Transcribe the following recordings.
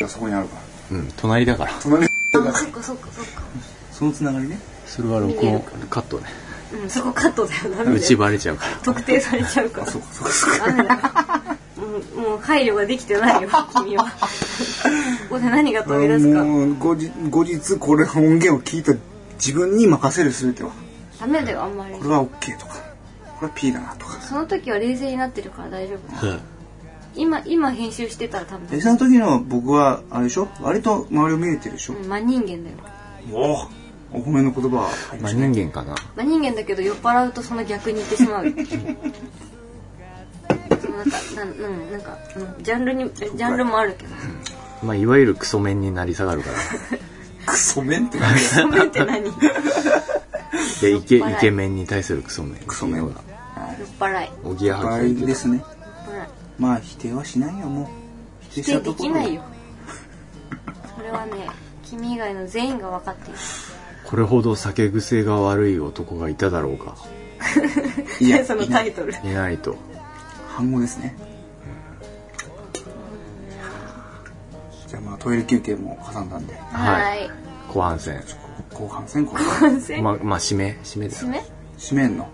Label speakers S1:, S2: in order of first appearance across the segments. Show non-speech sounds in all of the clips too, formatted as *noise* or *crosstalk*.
S1: がそこにあるから
S2: うん隣だから
S1: 隣に
S3: あーそっかそっかそっか
S4: そのつながりね
S2: それは録音カットね
S3: うんそこカットだよダメだよ
S2: うちバレちゃうから
S3: 特定されちゃうからダメだうんもう配慮ができてな
S4: *laughs*
S3: いよ君はここで何が飛び出すか
S4: もう後日後日これ音源を聞いた自分に任せる全ては
S3: ダメだよあんまり
S4: これは OK とかこれは P だなとか
S3: その時は冷静になってるから大丈夫
S2: そう
S3: 今今編集してたら多分
S4: 餌の時の僕はあれでしょ割と周りを見れてるでしょ、
S3: うん真人間だよ
S4: おおお褒めの言葉入りま
S2: まあ
S4: した
S2: 人間かな
S3: 真人間だけど酔っ払うとその逆に行ってし
S4: *laughs*
S3: まうよそのなんかなんうんなんかうんジャンルにジャンルもある
S4: *laughs*
S3: けど
S2: まあいわゆるクソ面になり下がる *laughs* から
S4: クソメンって何
S3: そ面って何酔っ
S2: でイケイ
S3: 酔っ払い
S2: ケメンに対するクソ面ク
S4: ソ面
S2: が
S3: 払い
S2: おぎや *laughs* は
S4: 倍
S2: ぎで
S4: ですね
S3: ほら
S4: まあ否定はしないよもう否定
S3: 否定できないよ *laughs* それはね君以外の全員が分かっている
S2: これほど酒癖が悪い男がいただろうか
S4: いや
S3: *laughs* その
S4: いな
S3: タ
S4: い
S3: イトル
S2: いないと
S4: 反語ですねじゃあまあトイレ休憩も挟んだんで
S2: はい
S3: はい *laughs*
S2: 後半戦
S4: 後半戦これ
S3: 完成
S2: まあまあ締め締めです
S3: 締め
S4: 締めんのも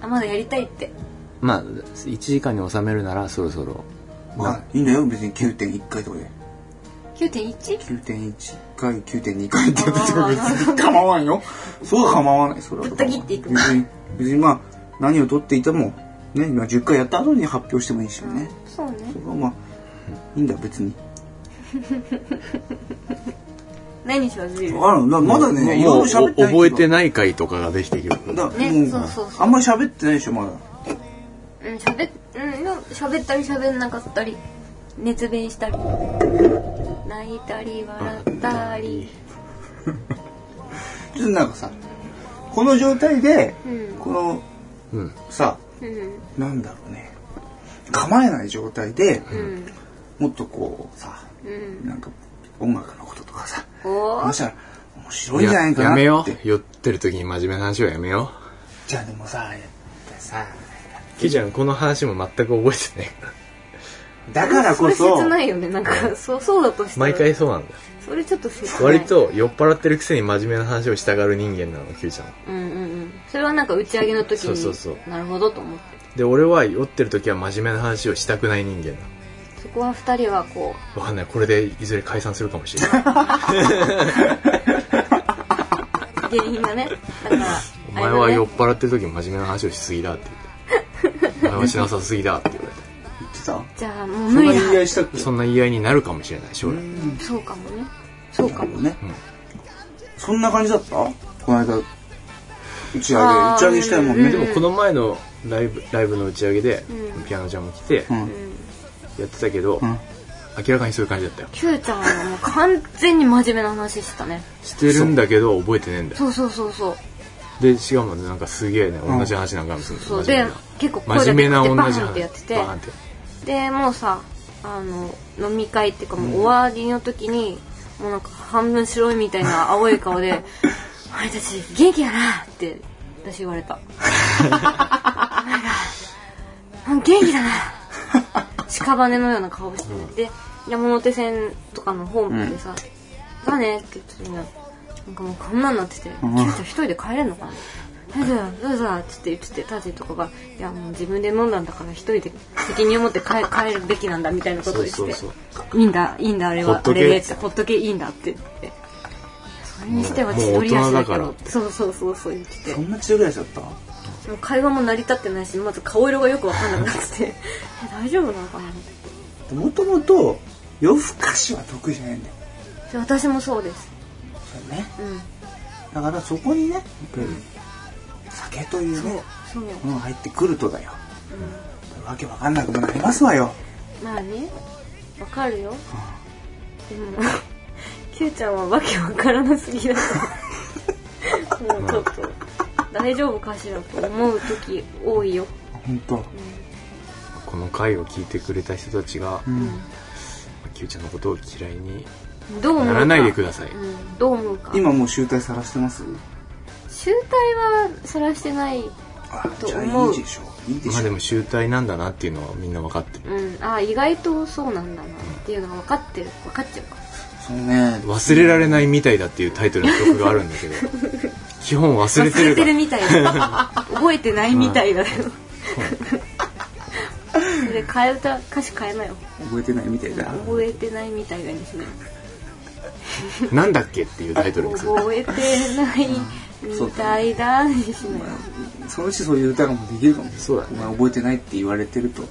S3: あまだやりたいって
S2: まあ1時間に収めるならそろそろ
S4: うわいいんだよ別に9.1回とかで
S3: 9.1?
S4: 9.1回9.2回って言っても別に *laughs* 構わんよそうは構わないそれは構わん
S3: ぶった切っていく
S4: 別に別にまあ何を取っていてもね今10回やった後に発表してもいいしね
S3: そうね
S4: そこはまあいいんだ別に
S3: 何しようズイル
S4: あらなまだねいろい
S2: もう
S4: ろ
S2: お
S4: 喋ってない
S2: 覚えて
S4: ない
S2: ない回とかができてきる
S4: だから
S3: ね
S4: もう
S3: そうそうそう
S4: あんまり喋ってないでしょまだ
S3: うん喋っうんいや喋ったり喋んなかったり熱弁したり泣いたり笑ったり
S4: ちょっとなんかさこの状態で
S3: うん
S4: この
S2: うん
S4: さ
S3: うん
S4: なんだろうね構えない状態で
S3: うん
S4: もっとこうさ
S3: うん
S4: なんか音楽のこととかさ
S3: おー
S4: 話したら面白いんじゃないかな
S2: や
S4: って
S2: めよう酔ってる時に真面目な話はやめよ
S4: じゃあでもささ
S2: うきいちゃんこの話も全く覚えてないから
S4: だから
S3: そ
S4: こ
S3: れ
S4: そ
S3: 切ないよねなんかそうそうだとしたら
S2: 毎回そうなんだよ
S3: それちょっと切ない
S2: 割と酔っ払ってるくせに真面目な話をしたがる人間なのきいちゃんは
S3: うんうんうんそれはなんか打ち上げの時に
S2: そうそうそう
S3: なるほどと思って
S2: で俺は酔ってる時は真面目な話をしたくない人間なの
S3: そこは二人はこう
S2: わかんないこれでいずれ解散するかもしれない
S3: 原因がねだから
S2: *laughs* お前は酔っ
S3: っ
S2: 払ってる時真面目な話をしすぎだって言ってお前はしなさすぎだって言われ
S4: 言ってた
S3: じゃあもう
S4: そ
S3: 無
S4: んな
S3: 理
S4: 言い合
S3: だ
S4: いしたっけ
S2: てそんな言い合いになるかもしれない将来
S3: そうかもねそうかも
S4: もね、そんな感じだったこの間打ち上げ
S3: あー
S4: 打ち上げしたいもんね
S2: でもこの前のライブライブの打ち上げで、
S3: うん
S2: ピアノちゃんも来て
S4: うん
S2: やってたけど、
S4: うん
S2: 明らかにそういう感じだったよ
S3: Q ちゃんはもう完全に真面目な話したね
S2: してるんだけど覚えてねえんだよ
S3: そうそうそうそう
S2: でしかもなんかすげえね
S4: ん
S2: 同じ話なんかもする
S3: そ
S2: の
S3: う
S2: 真面
S3: で
S2: 目な
S3: 結構声
S2: 真
S3: が
S2: 面目な
S3: で
S2: 同
S3: かく
S2: じ
S3: てバー
S2: 話
S3: ンってやってて
S2: バーンって
S3: でもうさあの飲み会っていうかもう終わりの時に、もうなんか半分白いみたいな青い顔
S2: *laughs*
S3: で「お前たち元気やな」って私言われたお前ら元気だな屍のような顔してて、で山手線とかのホームでさ「だね」って言ってたのよなんかもうこんなんなってて「キュウちゃん一人で帰れんのかな?」どうぞどうぞっつって言っててタジとかが「いやもう自分で飲んだんだから一人で責任を持って
S2: *laughs*
S3: 帰帰るべきなんだ」みたいなことを言って
S2: そうそう
S3: いいんだいいんだあれ
S2: ほ
S3: は
S2: っ
S3: あ
S2: とけ
S3: れで」って「ほっとけいいんだ」って言ってそれにしては
S2: もう
S3: 千鳥
S2: もう大
S3: 足
S2: 人
S3: だ
S2: だ
S3: か
S2: からら
S3: そうそうそうそう言ってて
S4: そんな強いやつだった
S3: もう会話も成り立ってないしまず顔色がよく分かんなくなってて *laughs* え大丈夫なのかなっ
S4: で
S3: て
S4: もともと夜更かしは得意じゃないんだよ
S3: で私もそうです
S4: それね
S3: うん
S4: だからそこにねやっぱり酒というね
S3: そう
S4: ものが入ってくるとだよ、わけわかんなくもなりますわよ
S3: まあねわかるよでも Q ちゃんはわけわからなすぎだと *laughs* もうちょっと大丈夫かしらと思う時多いよ
S4: 本当
S2: この回を聞いてくれた人たちが、
S4: ん
S2: キューちゃんのことを嫌いに
S3: どう思うか
S2: ならないでください、
S3: うん、どう思うか
S4: 今もう集大さらしてます
S3: 集大はさらしてない
S4: あ
S3: と
S4: じゃあ
S3: 思
S4: いういでしょういいで
S2: まあ
S4: し
S2: で
S4: ょう
S2: も集大なんだなっていうのはみんな分かってる
S3: うんあ意外とそうなんだなっていうのが分かってる分かっちゃうから
S4: そうね
S2: 「忘れられないみたいだ」っていうタイトルの曲があるんだ
S3: *laughs*
S2: けど基本忘れて
S3: 忘
S2: る
S3: れて
S2: か
S3: る
S2: ら
S3: みたいだ覚えてないみたいだよそれ替え歌歌詞変えなよ
S4: 覚えてないみたいだ
S3: 覚えてないみたいだにしない
S2: なんだっけっていうタイトルにする
S3: 覚えてないみたいだにしない
S4: そのうちそういう歌がもうできるかも
S2: そうだね
S4: お前覚えてないって言われてると、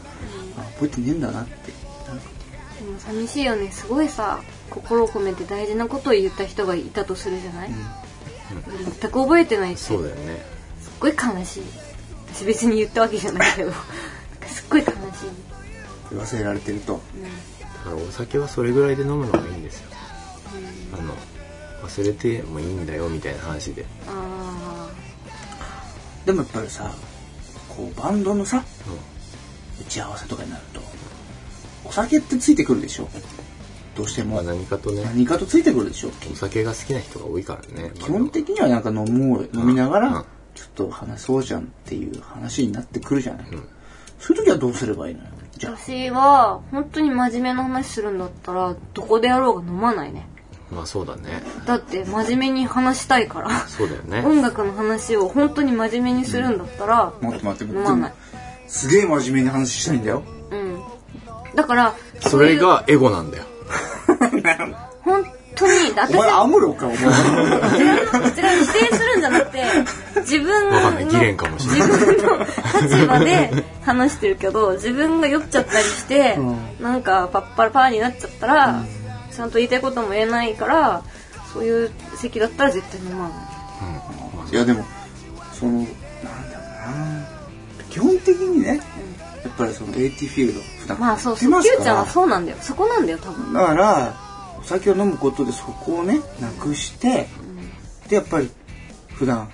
S4: あ覚えてねえんだなって
S3: でも寂しいよねすごいさ心を込めて大事なことを言った人がいたとするじゃない、全く覚えてないってすっ
S2: そうだよね
S3: ごい悲しい私別に言ったわけじゃない
S2: *laughs*
S3: けどすっごい悲しい、
S4: 忘れられてると
S3: う
S2: だからお酒はそれぐらいで飲むのがいいんですよあの忘れてもいいんだよみたいな話で
S3: ん、あ
S4: でもやっぱりさこうバンドのさ
S2: うん
S4: 打ち合わせとかになるとお酒ってついてくるでしょどうして
S2: ま
S4: も
S2: あ何かとね
S4: 何かとついてくるでしょ
S2: お酒が好きな人が多いからね
S4: 基本的にはなんか飲もう飲みなが
S2: うんうん
S4: らちょっと話そうじゃんっていう話になってくるじゃない、
S2: ん
S4: そういう時はどうすればいいのよじ
S3: ー
S4: ゃあ
S3: 私は本当に真面目な話するんだったらどこでやろうが飲まないね
S2: まあそうだね
S3: だって真面目に話したいから
S2: そうだよね
S3: 音楽の話を本当に真面目にするんだったら、
S4: 待って待って
S3: 飲まない
S4: すげえ真面目に話したいんだ
S3: *laughs*
S4: よ
S3: うん、だから
S2: それがエゴなんだよ
S3: そういう本当に
S4: お
S3: 私
S4: 前ア
S3: は
S4: ムロかお前
S2: *laughs*
S3: こちらのこちらに否定するんじゃなくて自分
S2: わかんない
S3: の
S2: 議連かもしれない
S3: 自分の立場で話してるけど自分が酔っちゃったりして、なんかパッパラパーになっちゃったら、ちゃんと言いたいことも言えないからそういう席だったら絶対飲まない
S4: いやでもそのなんだろうな基本的にね、やっぱりその AT フィールド普段
S3: まあそうそう
S4: やって
S3: キュ
S4: ま
S3: ー
S4: す
S3: ちゃんは
S4: か
S3: そうなんだよそこなんだよ多分
S4: らだからお酒を飲むことでそこをねなくして、でやっぱり普段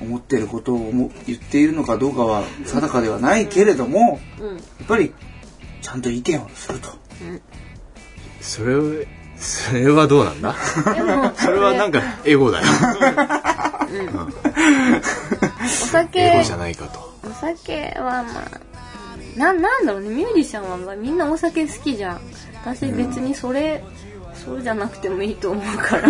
S4: 思ってることを思言っているのかどうかは定かではないけれども、
S3: う
S4: *laughs* や
S3: ん
S4: っぱりちゃんと意見をすると
S2: それをそれはどうなんだ
S3: でも
S2: それはなんかエゴだよ
S3: お酒
S2: エゴじゃないかと
S3: お酒はまあななんだろうねミュージシャンはまあみんなお酒好きじゃん私別にそれ、そうじゃなくてもいいと思うから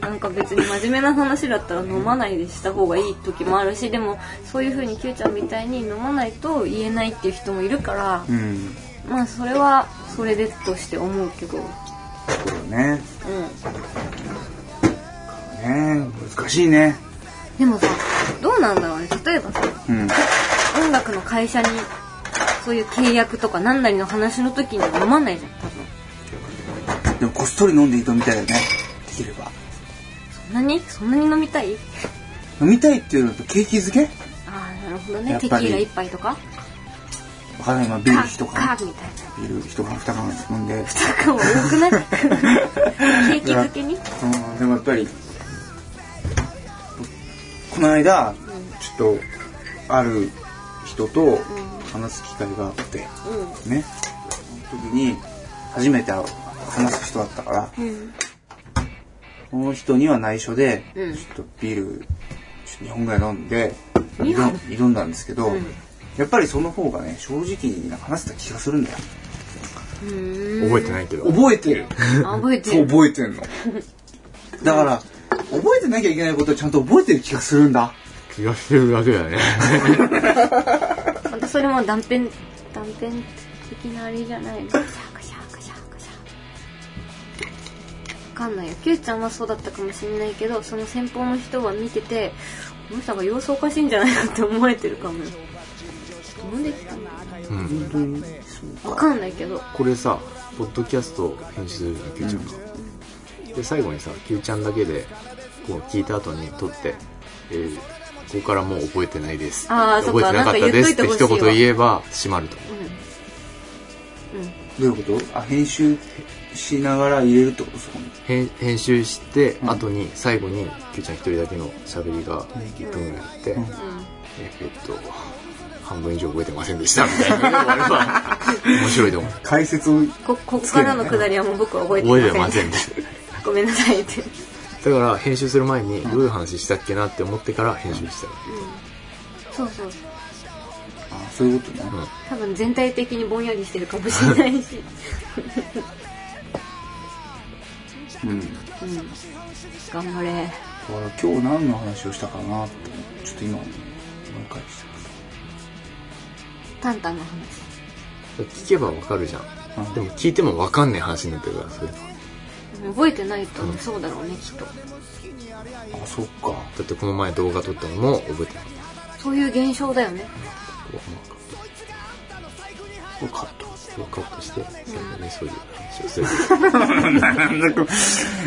S3: なんか別に真面目な話だったら飲まないでした方がいい時もあるしでもそういう風にキューちゃんみたいに飲まないと言えないっていう人もいるから
S4: うん
S3: まあそれはそれでとして思うけどうん
S4: そうだねね難しいね
S3: でもさどうなんだろうね例えばさ
S4: うん
S3: 音楽の会社にそういう契約とか何なりの話の時に飲まないじゃん多分。
S4: でもこっそり飲んでいいとみたいだねできれば
S3: そんなにそんなに飲みたい
S4: 飲みたいっていうのと景気づけ
S3: ああなるほど
S4: や
S3: ね
S4: っ
S3: テキ
S4: ぱり
S3: ーラ一杯とか
S4: わかんないまあビール一
S3: カ
S4: 缶
S3: ーみたいな
S4: ビール一缶二缶飲んで
S3: とかも
S4: *laughs*
S3: 多くない景気づけに
S4: うんでもやっぱりこの間ちょっとある人と話す機会があってねその時に初めて話す人だったから
S3: うんうん
S4: この人には内緒で、
S3: うん
S4: ちょっとビールちょっと2本ぐらい飲んで
S3: 二本
S4: 挑挑んだんですけど、
S3: うん
S4: やっぱりその方がね正直に話せた気がするんだよ
S3: うーん
S2: 覚えてないけど
S4: 覚えてる
S3: あ覚えて
S4: そう
S3: る
S4: 覚えてんのだから覚えてなきゃいけないことをちゃんと覚えてる気がするんだ
S2: 気がしてるだけだね
S3: またそれも断片断片的なあれじゃないのシャークシャークシャークシャークわかんないよキュウちゃんはそうだったかもしれないけどその先方の人は見ててこの人が様子おかしいんじゃないかって思 *laughs* われてるかもよちょっと飲んできたんだ
S2: うん
S3: わかんないけど
S2: *laughs* これさポッドキャスト編集するじゃん Q ちゃんが、で最後にさ Q ちゃんだけでこう聞いた後に撮って、えーここからもう覚えてないです
S3: あーそ
S2: 覚
S3: っ
S2: え
S3: か
S2: てなかったですって
S3: なん
S2: 一
S3: か言っといてほしいわ
S2: 言言えば閉まると
S4: どういうことあ編集しながら入れるってことそこに
S2: 編編集して後に最後に Q ちゃん一人だけの喋りが1分ぐらいあって、
S3: うんう
S2: え
S3: ん
S2: ーえっと半分以上覚えてませんでしたみたいなのがあれば面白いと思う
S4: 解説を
S3: こここからのくだりはもう僕は覚えてま
S2: 覚
S3: せん
S2: えてませんでした
S3: ごめんなさいって
S2: だから編集する前にどういう話したっけなって思ってから編集したよ
S3: そうそう
S4: そういうことね。
S3: 多分全体的にぼんやりしてるかもしれないし
S4: うん。
S3: 頑張れ
S4: だから今日何の話をしたかなって、ちょっと今、思い返して
S3: タンタンの話
S2: 聞けばわかるじゃん、
S4: うん
S2: でも聞いてもわかんない話になってるからそれだ
S3: 覚えてないとそうだろうねきっと
S4: あ、そっか。
S2: ってこの前動画撮ったのも覚えてない
S3: そういう現象だよね
S4: これカット。 *laughs*
S2: ワークアップしてそんなねそういう話をする
S4: なんだこう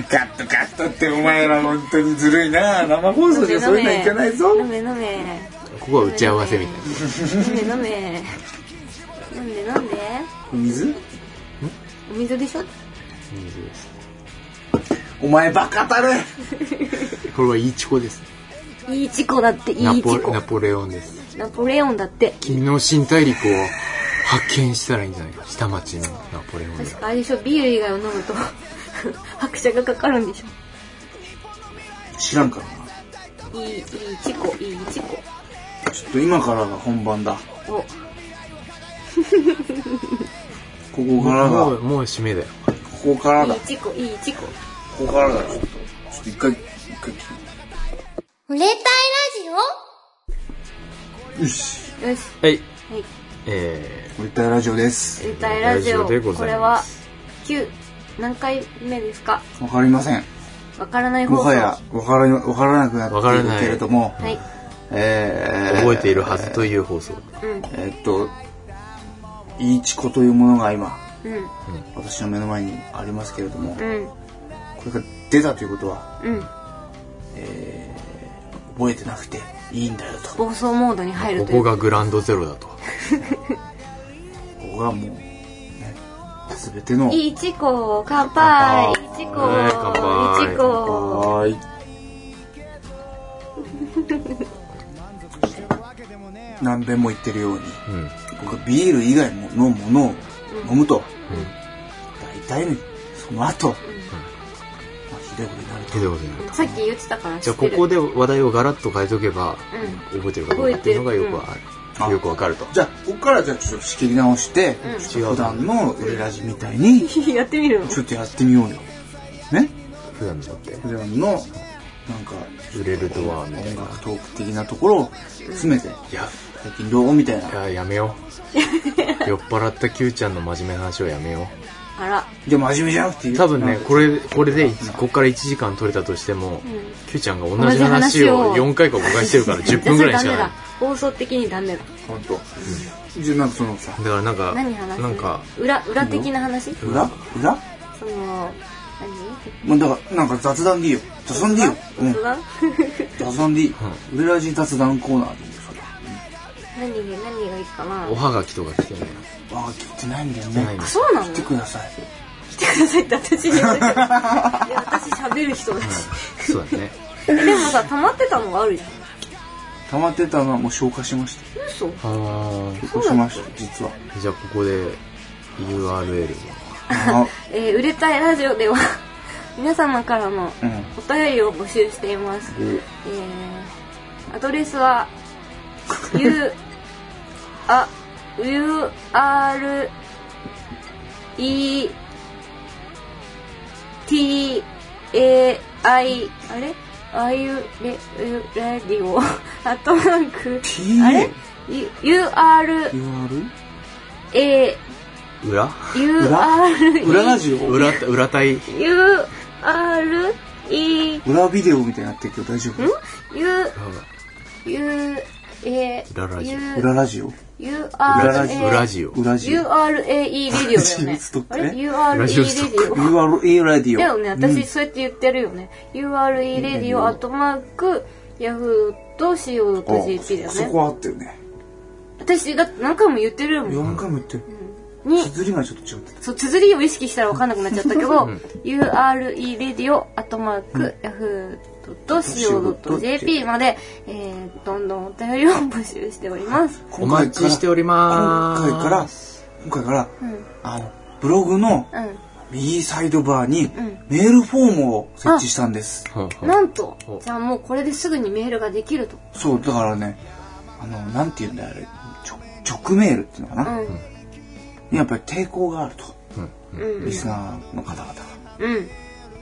S4: カットカットってお前ら本当にずるいな生放送じゃそういうのいけないぞ
S3: 飲め飲め
S2: ここは打ち合わせみたいな
S3: 飲め飲め飲んで飲んで
S4: 水
S3: お水でしょ
S2: 水です
S4: お前バカたる
S2: これはいいチコです
S3: いいチコだってい
S2: ナ
S3: い
S2: ポ
S3: チコ
S2: ナポレオンです
S3: ナポレオンだって
S2: 金の新大陸を発見したらいいんじゃないか下町のナポレオン
S3: 確
S2: が
S3: かあれでしょビール以外を飲むと *laughs* 拍車がかかるんでしょ
S4: 知らんから
S3: いいいいチコいいチコ
S4: なちょっと今からが本番だ
S3: お
S4: ここからが
S2: も
S4: こ
S2: うもう締めだよ
S4: こからだ
S3: いいチコいいチコ
S4: ここからだちょっとちょっと一回一回聞
S1: 売れたいラジオ
S4: くよし
S3: よし
S2: はい
S3: はい
S2: え
S4: 「たいラジオ」です
S3: 歌いラジオ
S2: ラジオでござ
S3: これ
S2: いま
S3: は
S2: す
S3: 9何回目ですか
S4: わかりません
S3: わからない放
S4: も
S3: 送
S4: はやわからわからなくな
S2: わから
S4: ってい
S2: な
S4: る
S2: い
S4: けれども
S3: はい
S4: え
S2: ー
S4: ー
S2: 覚えているはずという放送
S3: うん
S4: えーっといいチコというものが今
S3: うん
S4: 私の目の前にありますけれども
S3: うん
S4: これが出たということは
S3: うん
S4: 覚えてなくていいんだよとこ
S3: 暴走モードに入る
S2: こと
S3: い
S2: こ
S3: う
S2: がグランドゼロだと
S4: こがもうね全ての
S3: いちこ乾杯い
S2: ね乾杯
S3: ちこいちこ
S4: はーい *laughs* 何べんも言ってるように
S2: うん
S4: 僕はビール以外のものを飲むと、大体のその後、まあ、ひどいことになる
S2: ひどいことになる
S3: さっき言ってたから
S2: じ
S3: 知
S2: ゃあ
S3: っ
S2: こ
S3: てる
S2: こで話題をガラッと変えとけば、
S3: う
S2: 覚えてるかどうかっていうのがよくわか
S4: 覚えてるうん
S2: るよくわかると
S4: じゃあここからじゃあちょっと仕切り直して、
S2: うん
S4: 普段の売れラジみたいに
S3: *laughs* やってみるの
S4: ちょっとやってみようよね
S2: 普段だって
S4: 普段のなんか
S2: 売れるドアみた
S4: 音
S2: いな
S4: 楽トーク的なところを詰めて
S2: いや
S4: 最近どうみたいない
S2: ややめよ
S3: *laughs*
S2: う酔っ払った Q ちゃんの真面目な話をやめよ
S3: あら
S4: じゃあ真面目じゃなくていいう
S2: 多分ねこれこれで
S4: うん
S2: こっから1時間取れたとしても、Q ちゃんが
S3: 同
S2: 同
S3: じ
S2: じ
S3: 話
S2: 話
S3: を
S2: を4回か5回してるから10分ぐらいし
S3: じ
S2: か
S3: ゃあそれダメ
S2: な
S3: だ
S2: い
S3: 放送的にダメだ
S4: 本当。じゃあなんかそのさ
S2: だからなんか
S3: 何話す
S2: なんか
S3: 裏裏的な話そ
S4: 裏裏
S3: の
S4: もうだからなんか雑談でいいよ雑談でいいよう
S3: 何
S4: ん
S3: 不安
S4: 雑談でいい俺らじ雑談コーナーでいいよそれ
S3: *laughs* 何で何がいいかな
S2: おはがきとか来てね
S4: わあ切ってないんだよ
S2: てない
S4: ね
S2: の
S3: あそうなの
S4: 切ってください
S3: 来てくださいって私に
S2: *laughs*
S3: 言われていや私喋る人だし
S2: そ
S4: *laughs*
S2: うだね
S3: でもさ溜まってたのがあるじゃん
S4: 溜まってたのはもう消化しまし
S3: 嘘
S2: あ
S4: た消化しました実は
S2: ーじゃあここで URL を
S4: あ
S3: えー売れたいラジオでは皆様からの
S4: うん
S3: お便りを募集しています、
S4: で
S3: えーアドレ
S2: *laughs*
S3: スは u あ u r e t a i あれあいうレレディオ *laughs* アットマーク
S4: T
S3: あれ u r
S4: URL?
S3: a
S2: 裏
S3: u
S4: 裏
S3: r
S4: 裏ラジオ
S2: 裏裏対
S3: U R E ん
S4: 裏ビデオみたいになってるけど大丈夫
S3: U U A
S2: 裏ラジ
S3: U
S4: 裏ラジオ
S3: U
S2: 裏
S3: R
S2: ラジ
S3: A
S2: オ裏ジオ
S4: 裏ラジ
S3: U
S4: オ
S3: R A E レディオだよ
S4: ラジオ
S3: ね
S4: ストッ。ク
S3: あ
S4: ね
S3: れ U R
S2: ラ
S3: E レ
S2: ジ
S3: デ
S2: オストッ
S3: ィオ。
S4: URL ラジオ
S3: だよね、私そうやって言ってるよね。U R E レディオアットマーク Yahoo.co.jp だ
S4: あ
S3: よ
S4: そ
S3: ね。
S4: こはあったよね
S3: 私だって何回も言ってるもん。
S4: 4回も言ってる
S3: に、
S4: 綴りがちょっと違ってた
S3: そう、綴りを意識したら分かんなくなっちゃったけど、u r e レディオアットマーク yahoo.co.jp まで、えー、どんどんお便りを募集しております。
S2: お待ちしておりま
S4: 今回から
S2: す
S4: 今回から、あのブログの
S3: う
S4: 右サイドバーにメールフォームを設置したんです、
S2: 今回
S3: ん。なんと
S2: お、
S3: じゃあもうこれですぐにメールができると。
S4: そうだからねあのなんて言うんだよあれちょ直メールっていうのか
S3: う
S4: な、
S3: ん
S4: やっぱり抵抗があると
S2: うんうん
S3: うん
S4: リスナーの方々が
S3: うん
S4: ね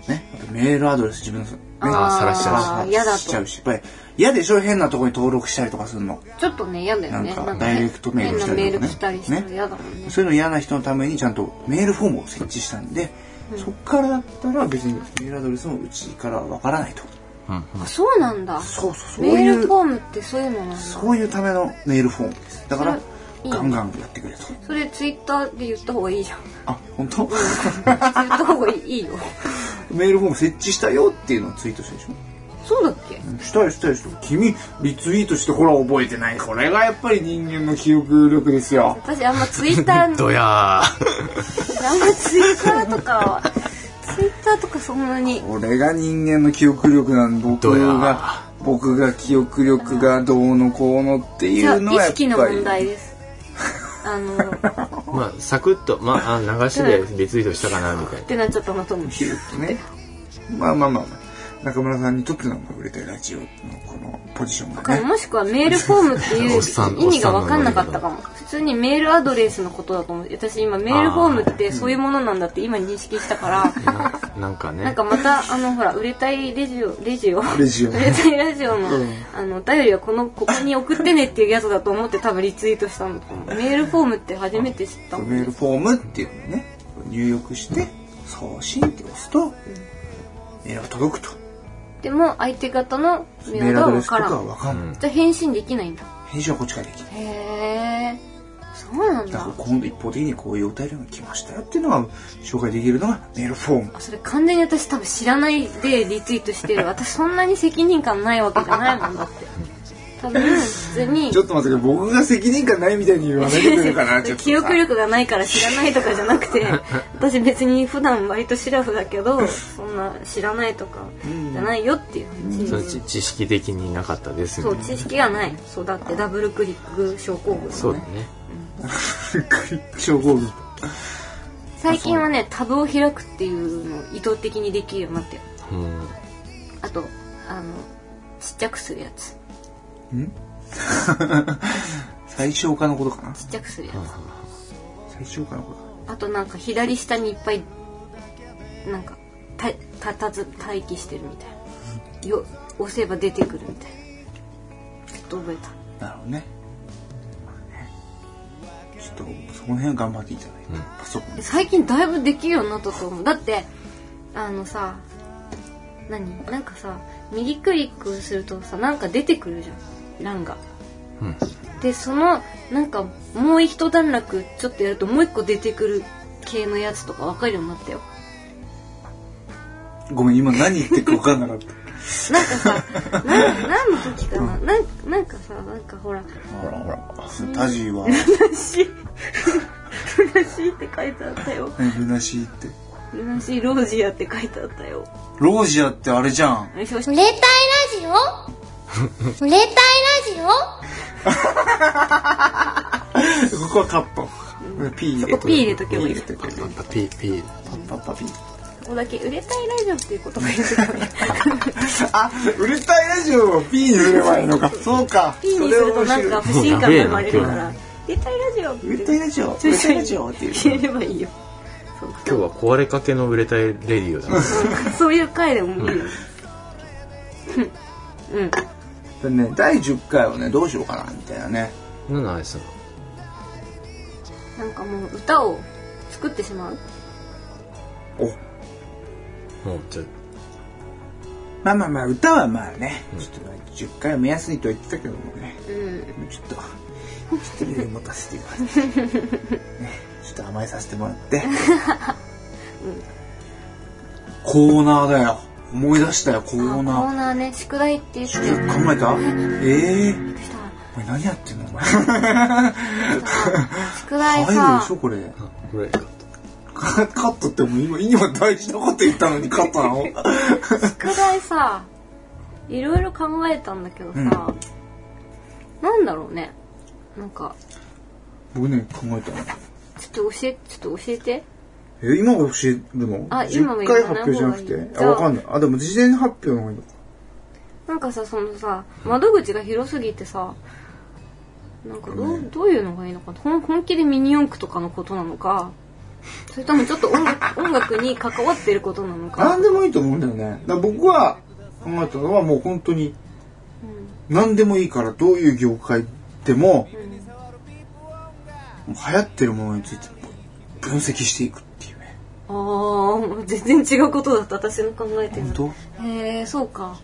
S4: やっぱメールアドレス自分の
S2: あー
S3: ー
S2: さらしちゃうし
S3: あー嫌だ
S4: しちゃう
S3: と
S4: しやっぱり嫌でしょ変なとこに登録したりとかするの
S3: ちょっとね嫌だよね
S4: なんか
S3: ね
S4: ダイレクトメールしたりとかね
S3: 変なメール来たりしたら
S4: ね
S3: 嫌だもんね
S4: そういうの嫌な人のためにちゃんとメールフォームを設置したんで、そっからだったら別にメールアドレスもうちからはわからないと
S2: うん
S3: あそうなんだ
S4: そうそうそう
S3: メ
S4: い
S3: ール
S4: う
S3: フォームってそういうのなんだ
S4: そういうためのメールフォームですだから
S3: それいいね
S4: ガンガンやってくれと
S3: それツイッターで言った方が
S4: *laughs*
S3: いいじゃん
S4: あ本当 *laughs*
S3: 言った方がいいよ
S4: メールフォーム設置したよっていうのをツイートしたでしょ
S3: そうだっけ
S4: したいしたいしたい君リツイートしてほら覚えてないこれがやっぱり人間の記憶力ですよ
S3: 私あんまツイッタ
S4: *laughs*
S3: ーの
S2: どや *laughs*
S3: あんまツイッターとかはツイッターとかそんなに
S4: これが人間の記憶力なん僕
S2: ど
S4: が
S2: や
S4: 僕が記憶力がどうのこうのってい
S3: じゃあ
S4: うのは
S3: 意
S4: やっ
S3: 識の
S4: ぱ
S3: 問
S4: り
S3: 題ですあのっ
S2: ーまあサクッとまああ流しでリツイートしたかなみたいな
S3: てなっちゃった
S4: *laughs*
S3: なと思う
S4: 記憶ねまあまあまあまあ中村さんにとっての売れたいラジオのこのポジションがね
S3: もしくはメールフォームってい
S2: おっさん
S3: う意味が分かんなかったかも普通にメールアドレスのことだと思う私今メールフォームってそういうものなんだって今認識したから
S2: ななんかね
S3: なんかまたあのほら売れたいレジオレジオ
S4: レジオ
S3: 売れたいラジオの,、
S4: うん
S3: あのお便りはこのここに送ってねっていうやつだと思って多分リツイートしたのメールフォームって初めて知ったもん
S4: メールフォームっていうのをね入力して送信って押すとメールが届くと
S3: でも相手方のメ
S4: メ
S3: ー
S4: ー
S3: ル
S4: ル
S3: は
S4: アドレ
S3: 分
S4: スと
S3: か
S4: からは
S3: ん
S4: わかんない
S3: じゃあ返信できないんだ
S4: 返信はこっちからできない
S3: へえそうなん
S4: だから
S3: だ
S4: 今度一方的にこういうお便りが来ましたよっていうのは紹介できるのがメールフォーム
S3: あそれ完全に私多分知らないでリツイートしてる私そんなに責任感ないわけじゃないもんだって多分普通
S4: *laughs*
S3: に
S4: ちょっと待ってください僕が責任感ないみたいに言わないでくれる
S3: *laughs*
S4: かなちょっと
S3: 記憶
S4: さ
S3: 力がないから知らないとかじゃなくて私別に普段割とシラフだけどそんな知らないとかじゃないよっていう
S2: その
S3: 話
S2: 知知識的になかったです
S3: そ
S2: み
S3: う
S2: たい
S3: 知識がないそうだってダブルクリック症候群
S2: なそう
S3: だ
S2: だ
S3: ね
S2: ね
S4: 症候群 *laughs*
S3: 最近はねタブを開くっていうのを意図的にできるようになってる
S2: うん
S3: あとあのちっちゃくするやつ
S4: 最小化のことかな
S3: ちっちゃくするや
S4: 最小化のこと
S3: つあとなんか左下にいっぱいなんかたたたず待機してるみたいなよ押せば出てくるみたいなちょっと覚えた
S4: なるほどねまあねちょっとそこの辺頑張っていただいて、パソコン
S3: 最近だいぶできるようになったと思うだってあのさ何なんかさ右クリックするとさなんか出てくるじゃん欄が
S2: うん
S3: でそのなんかもう一段落ちょっとやるともう一個出てくる系のやつとか分かるようになったよ
S4: ごめん今何言ってるか分かんなかった
S3: なんか
S4: *laughs*
S3: さなん何の時かななんなんかさなんかほら
S4: ほらほらタジは
S3: 「虚しい」虚しいって書いてあったよ
S4: むなしいって
S3: 「虚しいロージア」って書いてあったよ
S4: ロージアってあれじゃん
S3: よしよし
S1: 売れたいラジオ売れたいラジオ
S4: ここはカットピー入れ
S3: そこ P 入れとけばいい
S4: ピー入れとけばいい
S2: パピピ
S4: パッパッパピー
S3: ここだけ「売れたいラジオ」っていう言葉言ってたね
S4: *laughs* あ、売れたいラジオを P にすればいいのか。そうか。
S3: P にするとなんか不信感が生まれるか
S2: それ
S3: ら「売れたいラジオ」って
S4: 売れたいラジオ、売れたいラジオっていう。
S3: 言えればいいよ
S2: 今日は壊れかけの売れたいレディオだね
S3: そういう回でもいいようんうん
S4: でね、第10回をね、どうしようかな、みたいなね。
S2: 何のあれする
S3: なんかもう歌を作ってしまう
S4: お、
S2: のもうじゃあ
S4: まあまあまあ、歌はまあね、ちょっとね10回を目安にとは言ってたけどもね、
S3: うん
S4: ちょっと、一人で持たせていただいて、ね、ちょっと甘えさせてもらって。 *laughs* コーナーだよ。思い出したよ、コ
S3: コ
S4: ー
S3: ー
S4: ナー。
S3: ナーね宿題って言って
S4: ちょっと考えたええー。
S3: たら
S4: お前何やってんのお前。
S3: 宿題
S4: 入るで
S3: さ
S4: しょ、これ。
S2: あこれ
S4: カカットってもう今、今大事なこと言ったのにカットなの
S3: 宿題さいろいろ考えたんだけどさ、
S4: うん
S3: なんだろうねなんか
S4: 僕ね、考えたの。
S3: ちょっと教えちょっと教えて
S4: え、今が教えるの
S3: あ
S4: ?10
S3: 今も言わ
S4: 回
S3: ない
S4: 発表じゃなく
S3: 方がいい
S4: て。
S3: じ
S4: あ、
S3: ゃあ
S4: わかんない。あ、でも事前発表の方がいいのか。
S3: なんかさそのさ窓口が広すぎてさなんかどうどういうのがいいのかほん本気でミニ四駆とかのことなのかそれともちょっと音
S4: *laughs*
S3: 楽音楽に関わってることなのか
S4: 何でもいいと思うんだよね。だから僕は考えたのはもう本当に何でもいいからどういう業界でももう流行ってるものについて分析していくっていうね。
S3: ああもう全然違うことだった私の考えてる
S4: 本
S3: の
S4: 当
S3: へえそうか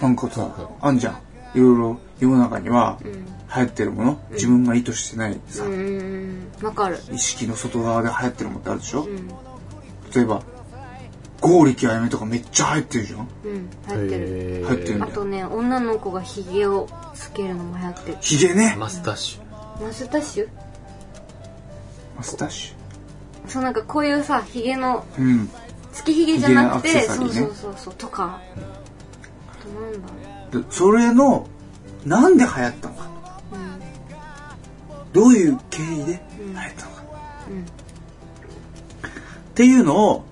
S4: なんかさ、あんじゃん。いろいろ世の中には流
S3: ん
S4: 行ってるもの、自分が意図してないさ
S3: う、ーんわかる
S4: 意識の外側で流行ってるものってあるでしょ
S3: うん
S4: 例えば、剛力あやめとかめっちゃ流行ってるじゃん
S3: うん流行ってる
S2: へー
S4: 入ってる
S3: あとね女の子がヒゲをつけるのも流行ってる
S4: ヒゲね。
S2: マスタッシュ
S3: マスタッシュ
S4: マスタッシ
S3: そうなんかこういうさヒゲの
S4: ュ。うん。
S3: つきひげじゃなくて、
S4: ヒゲのアクセサリ
S3: そ
S4: ー
S3: う
S4: ね
S3: そうそうそうとかあとなんだろ
S4: でそれのなんで流行ったのか、どういう経緯で流行ったのか、
S3: うん
S4: っていうのを、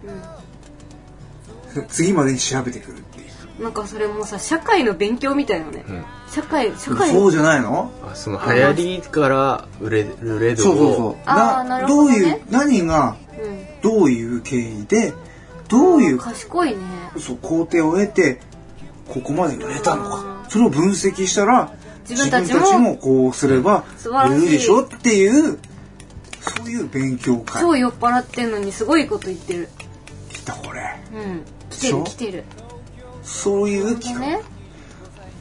S4: 次までに調べてくるっていう
S3: うなんかそれもさ社会の勉強みたいなね、
S2: ん
S3: 社会社会
S4: そう
S3: の
S4: じゃないの
S2: あその流行りから売れるレド
S4: そ
S2: を
S4: うそうそう
S3: あーなるほどね
S4: どういう何が
S3: うん
S4: どういう経緯でどういう
S3: 賢いね
S4: そう工程を経てここまで売れたのかそれを分析したら
S3: 自分たちも
S4: 自分こうすれば
S3: 素晴
S4: 売
S3: らしい
S4: れるでしょっていうそういう勉強会
S3: 超酔っ払ってんのにすごいこと言ってる
S4: 来たこれ
S3: うん
S4: で
S3: 来て
S4: しょ
S3: る来てる
S4: そういう
S3: な
S4: 企
S3: るほど
S4: 画、
S3: ね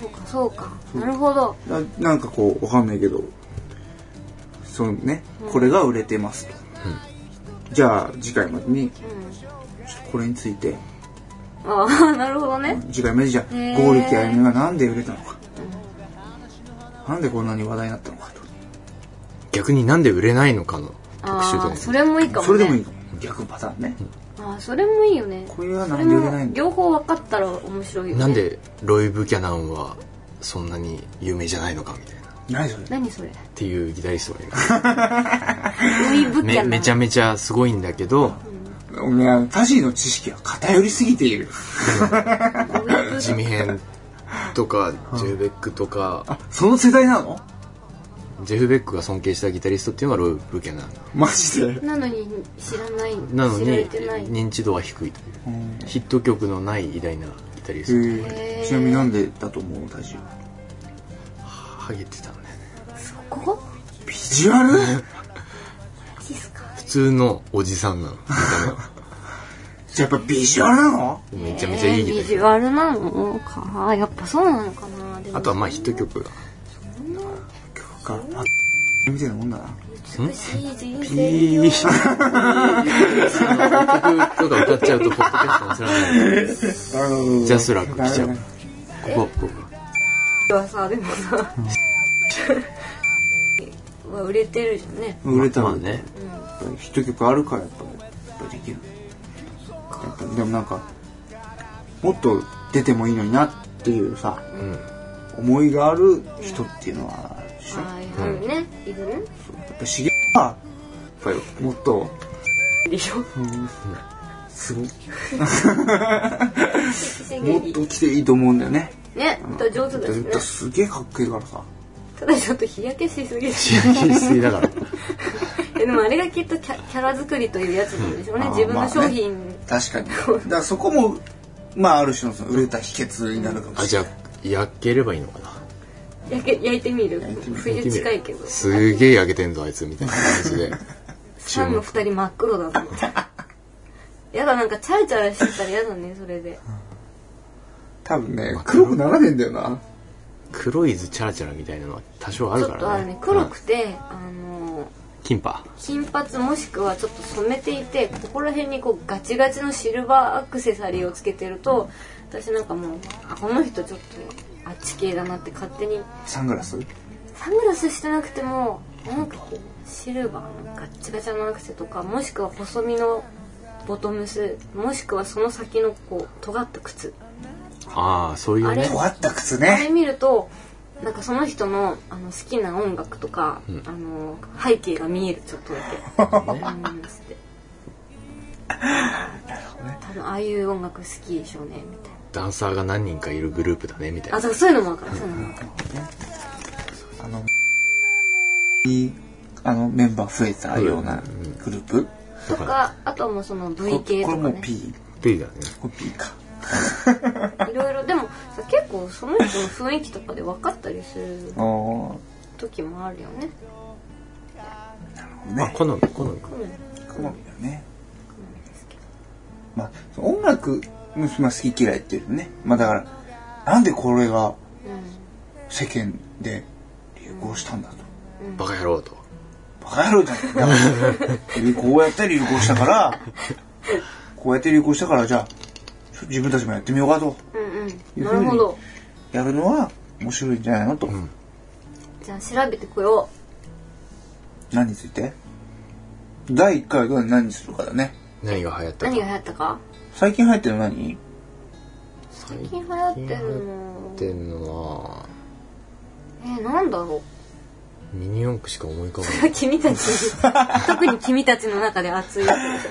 S3: そうかそうかなるほど
S4: ななんかこうわかんないけどそのねこれが売れてますと、じゃあ次回までにちょっとこれについて
S3: ああ *laughs* なるほどね
S4: 次回までにじゃあ
S3: へー
S4: 剛力あやめがなんで売れたのか、なんでこんなに話題になったのか
S2: 逆になんで売れないのかの特集
S3: あ
S2: と
S3: あ
S2: か
S3: それもいいか
S4: と
S3: も
S4: それで
S3: ね
S4: もいいかも逆パターンね、
S3: ああそれもいいよね
S4: これは
S3: そ
S4: な
S3: れ
S4: んで売れない
S3: も
S4: んだろ
S3: 両方分かったら面白いよね
S2: なんでロイ・ブキャナンはそんなに有名じゃないのかみたいな
S4: う何
S2: っ
S4: それ
S3: 何それ
S2: ていう議題質問にな
S3: ロイブキャ
S2: め
S3: ナン
S2: めちゃめちゃすごいんだけど、
S4: お前は他人の知識が偏りすぎている
S2: 地味編とかジェフ・ベックとか
S4: あその世代なの
S2: ジェフ・ベックが尊敬したギタリストっていうのがロイ・ブキャナン
S4: マジで
S3: なのに知らない
S2: なの
S3: 知られ
S2: に
S3: てない
S2: 認知度は低いという
S4: うん
S2: ヒット曲のない偉大なギタリ
S4: え
S2: スト
S4: ー、ちなみになんでだと思う大臣
S2: ハゲてたんだよね
S3: ここ
S4: ビジュアル
S3: キスか
S2: 普通のおじさんなの見た目は
S4: じゃあやっぱビジュアルなの
S2: めちゃめちゃいいギタ
S3: えービ
S2: リ
S3: ジ
S2: ス
S3: ュアルなのかやっぱそうなのかなで
S2: ト
S3: も
S2: あとはまあヒット曲が
S4: 曲かあみたいなもんだな
S3: 美しい人
S2: ピ
S3: 生
S2: ーその曲とか歌っちゃうとポッドキャストもつらないジャスラック来ちゃうここここ
S3: はさでもさは売れてるじゃんね
S4: 売れた
S2: ま
S4: ら
S2: あ
S4: ね
S2: ね
S4: やっぱりヒット曲あるからやっぱやっぱできるやっぱでもなんかもっと出てもいいのになっていうさ、思いがある人っていうのはあるでしょや
S3: はいはいねいるね
S4: っぱしげはやっぱりもっと
S3: でしょ
S4: すごい
S3: 奇
S4: も
S3: 跡
S4: っと来ていいと思うんだよね
S3: ね歌上手だ
S4: だ
S3: し
S4: っ
S3: ね
S4: てすげえかっこいいからさ
S3: ただちょっと日焼けしすぎる
S2: 気 *laughs* にしすぎだから
S3: えでもあれがきっとキャキャラ作りというやつなんでしょうね
S4: あー
S3: 自分の商品
S4: まあね確かにだからそこもまあある種のその売れた秘訣になるかも
S2: あ
S4: し
S2: じ
S4: れ
S2: ゃあ焼ければいいのかな
S3: 焼け焼いてみる冬近いけど
S2: すげえ焼けてんぞあいつみたいな感じで
S3: ファンの二人真っ黒
S2: *laughs*
S3: だと思ってやだなんかチャラチャラしてたらやだねそれで
S4: ない多分ね黒くならねえんだよな
S2: 黒いズチャラチャラみたいなのは多少あ
S3: ち
S2: る
S3: ょ
S2: か
S3: っとあ
S2: ら
S3: る
S2: ね
S3: ね黒
S2: うん
S3: くて、あのー
S2: キンパ
S3: 金髪もしくはちょっと染めていてここら辺にこうガチガチのシルバーアクセサリーをつけてると私なんかもうあこの人ちょっとあっち系だなって勝手に
S4: サングラス
S3: サングラスしてなくてもなんかこうシルバーのガッチガチのアクセとかもしくは細身のボトムスもしくはその先のこう尖った靴
S2: ああそういう
S3: あれ
S2: ね
S4: 尖った靴
S3: あれ
S4: ね
S3: 見るとなんかその人のあの好きな音楽とか、あの背景が見えるちょっとだけ。うんつ
S4: *laughs*
S3: って多分ああいう音楽好きでしょうねみたい
S2: ダンサーが何人かいるグループだねみたい
S3: なあ
S2: な
S3: そうそういうのも分かるそういうのも分かる
S4: あのいいあのメンバー増えたようなグループ、
S3: とか、あとはもうその V
S4: こ
S3: 系
S4: ことれも
S3: かね。
S4: P
S2: ペイだね
S4: これ P か
S3: いろいろ、でもさ、結構その人の雰囲気とかで分かったりする
S4: あー
S3: 時もあるよね。
S2: まあ
S4: ね
S2: 好み好み
S3: 好み
S4: 好みだね
S3: 好みですけど。
S4: まあその音楽の、まあ、好き嫌いっていうねまあだからなんでこれが
S3: う
S4: 世間で流行したんだと
S2: バカ野郎と
S4: バカ野郎じゃんだからこうやって流行したからこうやって流行したからじゃあちょっと自分たちもやってみようかと
S3: ん。うんうん。なるほど。
S4: やるのは面白いんじゃないのと、
S2: ん
S3: じゃあ調べてこよ
S4: 何について第1回は何にするかだね
S2: 何が流行っ
S3: う。
S2: たか
S3: 何が流行ったか
S4: 最近流行ってるの何
S2: 最
S3: 最近流行ってるの。
S2: 流行ってんのは
S3: えー、なんだろ
S2: ミニ四駆しか思い浮かばな
S3: *laughs* う。 *laughs* 君たち、特に君たちの中で熱いやつでしょ。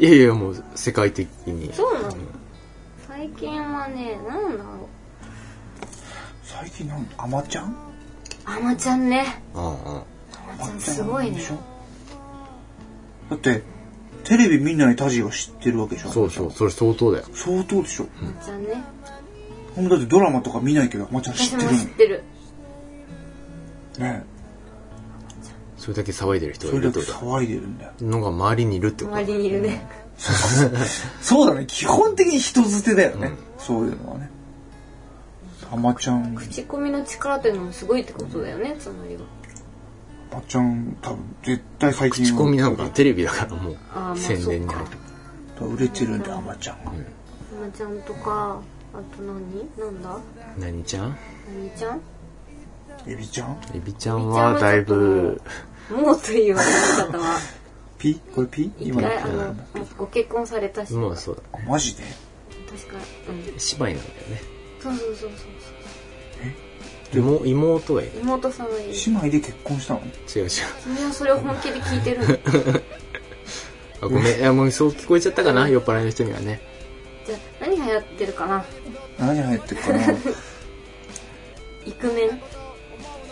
S2: いいやいやもう世界的に
S3: そうなの最近はね、なんだろう。
S4: 最近なんアマちゃん
S3: あまちゃんね。
S2: あ
S3: あま
S4: ア
S3: ちゃ
S4: マ
S3: ん
S4: ちゃん
S3: すごいね
S4: で。しょだってテレビみんなにタジが知ってるわけでし
S2: あ
S4: ょ
S2: そうそうそれ相当だよ
S4: 相当でしょ、
S3: あまちゃんね。
S4: ほんとだってドラマとか見ないけどアマちゃん知
S3: 私
S4: って
S3: も
S4: る
S3: 知ってる。
S4: のね
S2: それだけ騒いでる人
S4: そ
S2: がい
S4: れ
S2: る
S4: だ
S2: っ
S4: け
S2: てことだ
S4: 騒いでるんだよ
S2: のが周りにいるってこと
S3: 周りにいるね。
S4: そうだね基本的に人捨てだよね、そういうのはねアマちゃん
S3: 口コミの力というのもすごいってことだよね、つまりは。
S4: アマちゃん多分絶対最近
S2: 口コミなんかテレビだからも
S3: あーまあ
S2: う宣伝に入る
S3: そ
S4: 売れてるんだよアマちゃんが、
S3: あまちゃんとか、あと何なんだ
S2: 何ちゃん
S3: 何ちゃん
S4: エビちゃん
S2: エビちゃんはだいぶ
S3: もうという私方は、
S4: ピこれピ
S3: *laughs* 一
S4: 今のピ
S3: 回、あの、もうご結婚されたし、
S2: まあそうだ
S4: あマジで
S3: 確か、うん。
S2: 姉妹なんだよね
S3: そうそうそうそう
S2: 妹妹がいる
S3: そう。妹さんがいる。
S4: 姉妹で結婚したの
S2: 違う違う
S3: 君はそれを本気で聞いてるの。
S2: あご *laughs* めんいやもうそう聞こえちゃったかな酔っ払いの人にはね
S3: じゃあ、何流行ってるかな
S4: 何流行ってるか *laughs* なイ
S3: イクメン。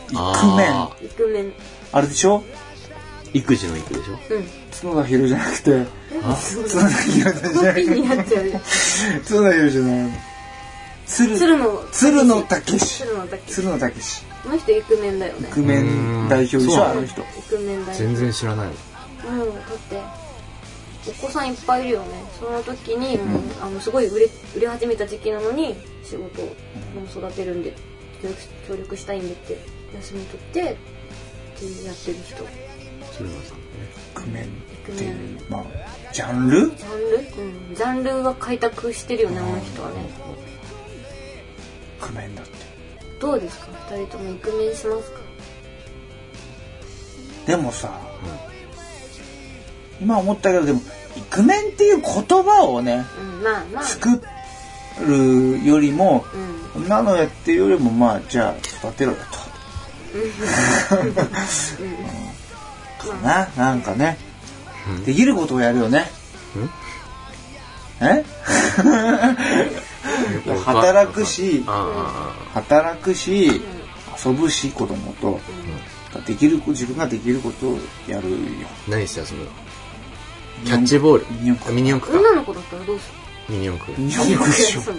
S4: クメンあ
S3: イクメン。
S4: れでしょ
S2: 育児の育でしょ
S3: うん。
S4: 角田博じゃなくて
S3: すごい。
S4: 角田博じゃな
S3: ピ
S4: く
S3: ンになっちゃうよ。
S4: て角田博じゃない鶴
S3: 鶴の。
S4: 鶴野武志
S3: 鶴の竹。
S4: 鶴野武志
S3: この人イクメンだよね
S4: イ。クメン代表でし
S2: そう
S4: ょ
S2: な
S4: あ
S2: の
S4: の人
S3: イクメンだよ。
S2: 全然知らない
S3: うん、だって、お子さんいっぱいいるよね。その時に、もうあの、すごい売れ、売れ始めた時期なのに、仕事を育てるんで、協力協力したいんでって、休み取って、ってやってる人。
S2: 鶴野さんね
S4: イクメンっていうまあジャンル
S3: ジャンルうん。ジャンルは開拓してるよね、あの人はね。
S4: イクメンだって
S3: どうですか二人ともイクメンしますか
S4: でもさ、今思ったけどでもイクメンっていう言葉をね
S3: うん、まあまあ。
S4: 作るよりも
S3: うん。
S4: こんなのやってるよりもまあじゃあ育てろよ *laughs* と。かななんかね、できることをやるよね。え働くし
S2: あ
S4: 働くし遊ぶし子供と、できる自分ができることをやるよ。
S2: あ何して遊ぶのキャッチボール
S4: ミニ四駆
S2: ミニ四駆か
S3: 女の子だったらどうする
S2: ミニ四駆
S4: 日本で
S3: *laughs*
S4: しょ
S3: そう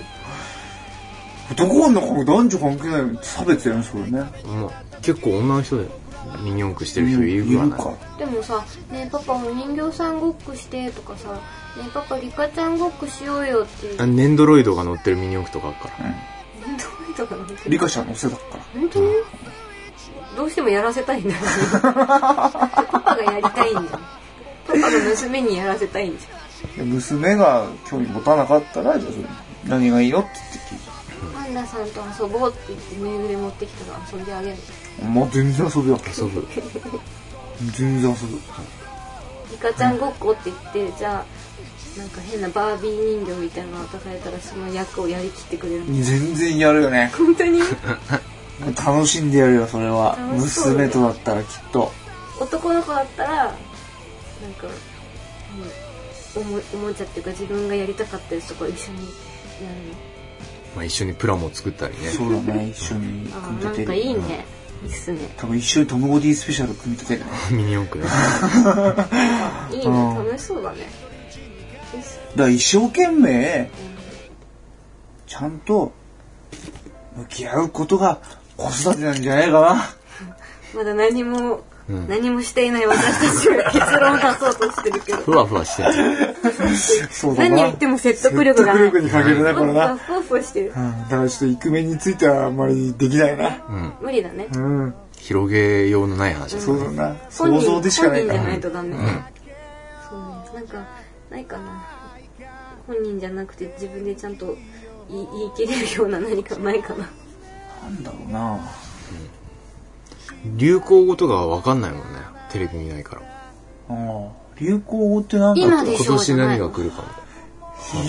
S4: 男の子男女関係ないの差別やねそれね。
S2: まあ結構女の人でミニ四駆してる人いるから
S4: か
S2: ね。
S3: でもさ「ねえパパお人形さんごっこして」とかさ「ねえパパリカちゃんごっこしようよ」っていう
S2: あネンドロイドが乗ってるミニ四駆とかあるから
S3: 本当にとかなんだけ
S4: リ
S3: ど
S4: カちゃんのせだから。
S3: 本当にどうしてもやらせたいんだパパがやりたいんじゃんパパが娘にやらせたいんじ
S4: で娘が興味持たなかったら、じゃあそれ何がいいのって言って聞いた。
S3: ゃんパンダさんと遊ぼうって言ってぬいぐるみ持ってきたら遊んであげる
S4: もう全然遊ぶよ。
S2: 遊ぶ
S4: 全然遊ぶ。
S3: リカちゃんごっこって言ってじゃあなんか変なバービー人形みたいなの渡されたらその役をやりきってくれる
S4: 全然やるよね。
S3: 本当に
S4: 楽しんでやるよ、それは。
S3: 楽しそうだ
S4: 娘
S3: よ
S4: とだったらきっと。
S3: 男の子だったらなんか、うん、おもおもちゃっていうか自分がやりたかったやつとか一緒にやる
S2: まあ一緒にプラモ作ったりね
S4: そうだね、一緒に
S3: のあ
S4: 組ん
S3: ー
S4: で
S3: なん
S4: て
S3: か
S4: る。
S3: いいね、いいっすね。
S4: 多分一緒にトム・ボディスペシャル組み立てるね
S2: ミニ四駆ね。
S3: いいね、楽しそうだね。いいっす
S4: だから一生懸命ちゃんと向き合うことが子育てなんじゃないかな
S3: まだ何も、何もしていない私たちが結論を出そうとしてるけ
S4: *laughs*
S3: ど。
S2: ふわふわしてる。
S4: そうだな
S3: 何言っても説得力がな
S4: *laughs*
S3: い。
S4: 説得力に欠けるなこれな、うん、
S3: ふわふわしてる。
S4: だからちょっとイクメンについてはあんまりできないな
S3: 無理だね。
S4: うん
S2: 広げようのない話です
S4: そ
S2: ね。
S4: うだな
S3: 本
S4: 想
S3: 人
S4: 像でしかない
S3: 本
S4: か
S3: 人じ
S4: ら
S3: ゃないとダメ。そうねなんか、ないかな。本人じゃなくて自分でちゃんと言い言い切れるような何かないかな。
S4: なんだろうな
S2: 流行語とかは分かんないもんね。テレビ見ないから。
S4: うん流行語ってなんだろう
S3: 今で
S2: 今
S3: しょう
S2: 年
S3: じゃない
S2: 何が来るかも。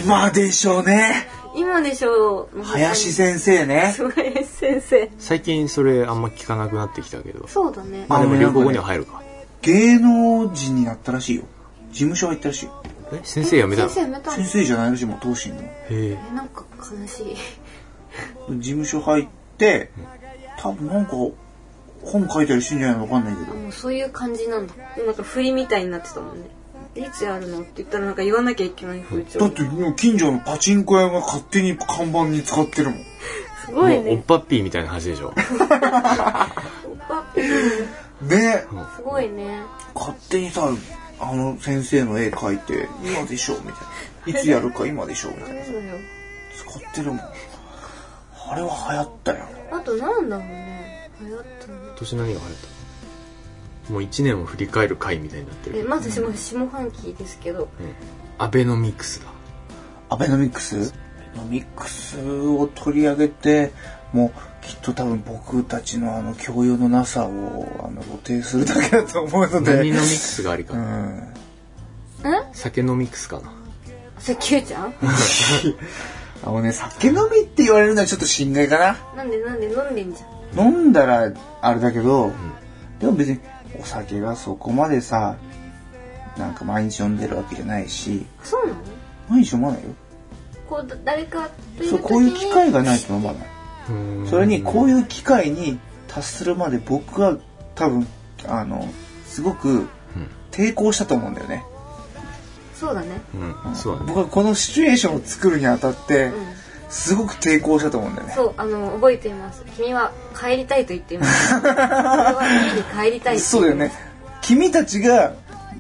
S4: 今でしょうね
S3: 今でしょう。
S4: 林先生ね
S3: 生。林先生。
S2: 最近それあんま聞かなくなってきたけど。
S3: そうだね。
S2: まあでも流行語には入るか。
S4: 芸能人になったらしいよ事務所入ったらしいよ
S2: え先生辞めたの
S3: 先生やめたの
S4: 先生じゃないらしいもん東進の
S2: へえ。
S3: えなんか悲しい。
S4: 事務所入って多分なんか本書いたりしてんじゃないのわかんないけ
S3: あ
S4: ど
S3: もうそういう感じなんだでもなんか振りみたいになってたもんねいつやるのって言ったらなんか言わなきゃいけない風
S4: だっ
S3: 潮
S4: てもう近所のパチンコ屋が勝手に看板に使ってるもん
S3: すごい
S2: もうおっ
S3: ね
S2: ぱっぴーみたいな話でしょ。
S3: おっぱ
S4: です
S3: ごいね
S4: 勝手にさあの先生の絵描いて「今でしょ」みたいな「いつやるか今でしょ」みたいな
S3: そうだよ
S4: 使ってるもんあれは流行ったよ
S3: あとなんだろうね流行ったの
S2: 今年何が流行ったもう一年を振り返る回みたいになってるけ
S3: え
S2: ど。
S3: まず下下半期ですけど
S2: うんアベノミクスだ。
S4: アベノミクスアベノミクスを取り上げてもうきっと多分僕たちのあの教養のなさをあの露呈するだけだと思うの
S2: 何
S4: で
S2: のミクスがありか
S4: う
S2: な。
S4: ん
S3: え
S2: 酒のミクスかな。
S3: それ Q ちゃん
S4: あのね酒飲みって言われるのはちょっと心外かな
S3: なんでなんで飲んでんじゃ
S4: 飲んだらあれだけど、でも別にお酒がそこまでさなんか毎日飲んでるわけじゃないし
S3: んそうなの
S4: 毎日飲まないよ
S3: こうだ誰かとい
S4: そううこういう機会がないと飲まないう
S2: ーん
S4: それにこういう機会に達するまで僕は多分あのすごく抵抗したと思うんだよね、
S3: そうだね
S2: うん、そうだね。
S4: 僕はこのシチュエーションを作るにあたって
S3: うん
S4: すごく抵抗したと思うんだよね
S3: そうあの覚えています君は帰りたいと言っています君は家に帰りたいって言っています
S4: そうだよね君たちが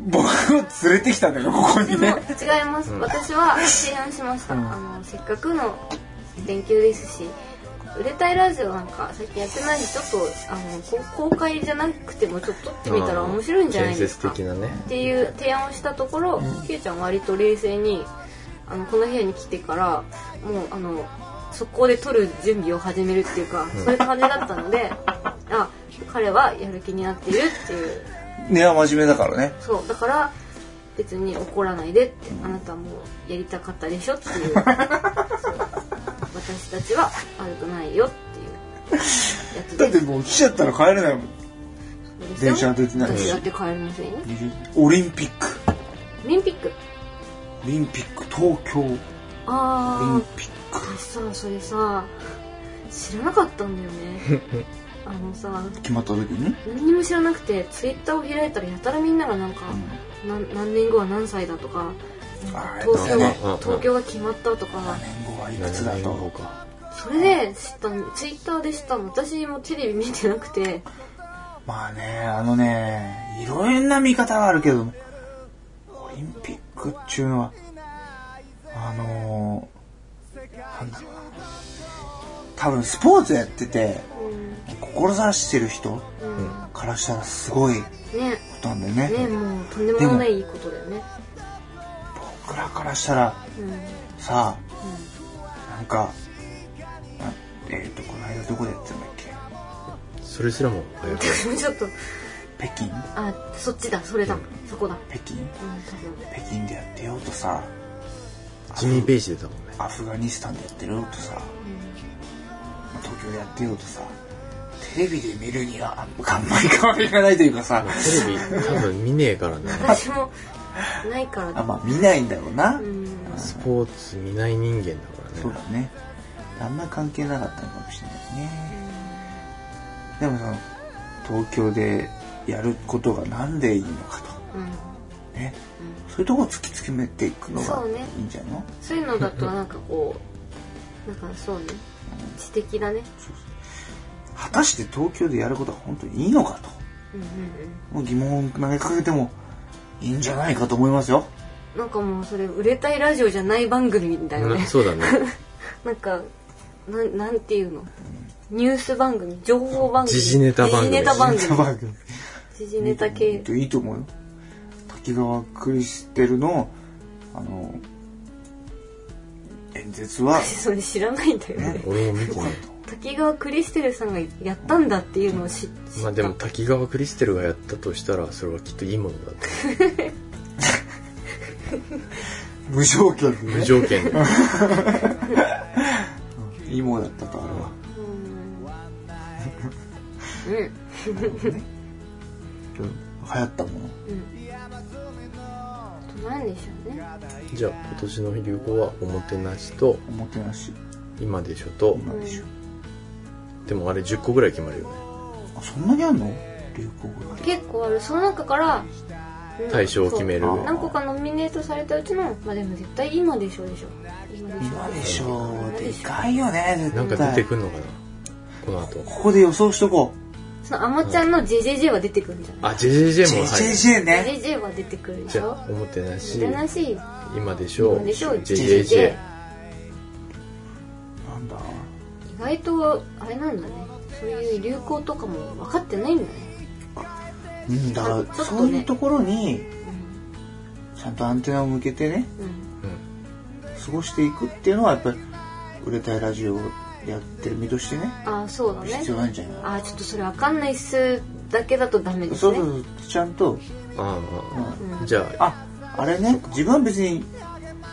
S4: 僕を連れてきたんだよここ
S3: で
S4: に
S3: も違
S4: ね
S3: います、私は提案しました、あのせっかくの連休ですし売れたいラジオなんか最近やってないしちょっとあのこ公開じゃなくてもちょっと撮ってみたら面白いんじゃないですか
S2: 建設的なね。
S3: っていう提案をしたところ、キューちゃん割と冷静にあのこの部屋に来てからもうあの速攻で撮る準備を始めるっていうか、そういう感じだったのであ彼はやる気になっているっていう
S4: 根は真面目だからね
S3: そうだから別に怒らないでって、あなたもやりたかったでしょっ
S4: *laughs*
S3: ていうそう私たちは悪くないよっていうやつ
S4: だっ
S3: で
S4: てもう来ちゃったら帰れないもん
S3: す
S4: 電車出てないし
S3: 私だって帰れませんよ
S4: オリンピック
S3: オリンピック
S4: オリンピック東京オリン
S3: あ
S4: ピッ
S3: あ私さそれさ知らなかったんだよ *laughs* ねあのさ
S4: ク決まった時に
S3: 何にも知らなくてツイッターを開いたらやたらみんながなんか、なん何年後は何歳だとか
S4: あー
S3: 東
S4: だ
S3: 京が、
S4: ね
S3: 東京が決まったとか、
S4: 年後はいくつだ
S2: 何
S4: と
S2: 語か。
S3: それで知ったのツイッターで知ったの私もテレビ見てなくて
S4: まあねあのねいろいろな見方はあるけどオリンピックっちゅうのはあのー、なんだろうな多分スポーツやってて
S3: うん
S4: 志してる人からしたらすごいこ
S3: ね
S4: となんだよね
S3: ねもうとんでもないいいことだよね
S4: 僕らからしたら
S3: うん
S4: さなんかなえっ、とこの間どこでやってたんだっけ
S2: それすらも流行る。
S3: もう *laughs* ちょっと
S4: 北京
S3: あそっちだそれだ、そこだうん
S4: 北京
S3: 多分
S4: 北京でやってようとさ
S2: ジミー・ペイジ出たもんね。
S4: アフガニスタンでやってるよとさ、東京でやってよとさテレビで見るにはあんまり変わりがないというかさ、
S2: テレビ多分見ねえからね。
S3: 私もないから
S4: あまあ見ないんだろうな、
S3: うん
S2: スポーツ見ない人間だからね。
S4: そうだねあんまり関係なかったのかもしれないねでもその東京でやることがなんでいいのか
S3: うん
S4: とね、そういうとこを突き詰めていくのが
S3: そうね
S4: いいんじゃないの
S3: そういうのだとなんかこうなんかそうね知的だね
S4: 果たして東京でやることは本当にいいのか
S3: うん
S4: ともう
S3: うん
S4: 疑問を投げかけてもいいんじゃないかと思いますよ
S3: うんなんかもうそれ売れたいラジオじゃない番組みたいな
S2: な
S3: ね
S2: そうだね
S3: なんかなんなんていうのニュース番組情報番組
S2: 時事ネタ番組
S3: 時事ネタ
S4: *laughs*
S3: 番
S4: サ
S3: 組
S4: バ君
S3: 時事ネタ系
S4: いいと思うよ滝川クリステルのあの演説は
S3: それ知らないんだよ *laughs* ね
S2: 俺も見てない
S3: 滝川クリステルさんがやったんだっていうのを知知った、
S2: まあでも滝川クリステルがやったとしたらそれはきっといいものだって
S4: 無条件で
S2: 無
S4: ね
S2: 条件で
S4: いいものだったとあれは
S3: うんうん
S4: 流行ったもの
S3: あとなんでしょうね
S2: じゃあ今年の流行はおもてなしと
S4: おもてなし
S2: 今でしょと
S4: 今でしょ
S2: でもあれ10個ぐらい決まるよね
S4: あそんなにあんの流行語が
S3: 結構あるその中からうん
S2: 対象を決める
S3: そう何個かノミネートされたうちのまあでも絶対今でしょでしょ今でし
S4: 今
S3: ょ
S4: でしょでかいよね絶
S2: な
S4: 対
S2: んか出てくんのかなこの後
S4: ここで予想しとこ
S3: そのあまちゃんの JJJ は出てくるんじゃ
S2: あ
S4: う
S2: JJJ も入る
S4: JJJ ね
S3: JJJ は出てくるで
S2: じ
S3: し
S2: ゃ
S3: ょ
S2: あおもてなし
S3: 悲しい
S2: 今でしょ
S3: 今でしょ
S2: JJJ
S4: なんだ
S3: 意外とあれなんだねそういう流行とかも分かってないんだね
S4: うんだ
S3: あ
S4: か
S3: ちょっ
S4: ら
S3: とね
S4: そういうところにちゃんとアンテナを向けてね
S3: うん
S4: 過ごしていくっていうのはやっぱり売れたいラジオをやってる身としてね
S3: ああそうだね
S4: 必要なんじゃない
S3: ああちょっとそれ分かんないっすだけだとダメです
S4: そう
S3: ね
S4: そう
S3: う
S4: そうちゃんと
S2: あ
S3: う
S2: あじゃあ
S4: ああれね自分は別に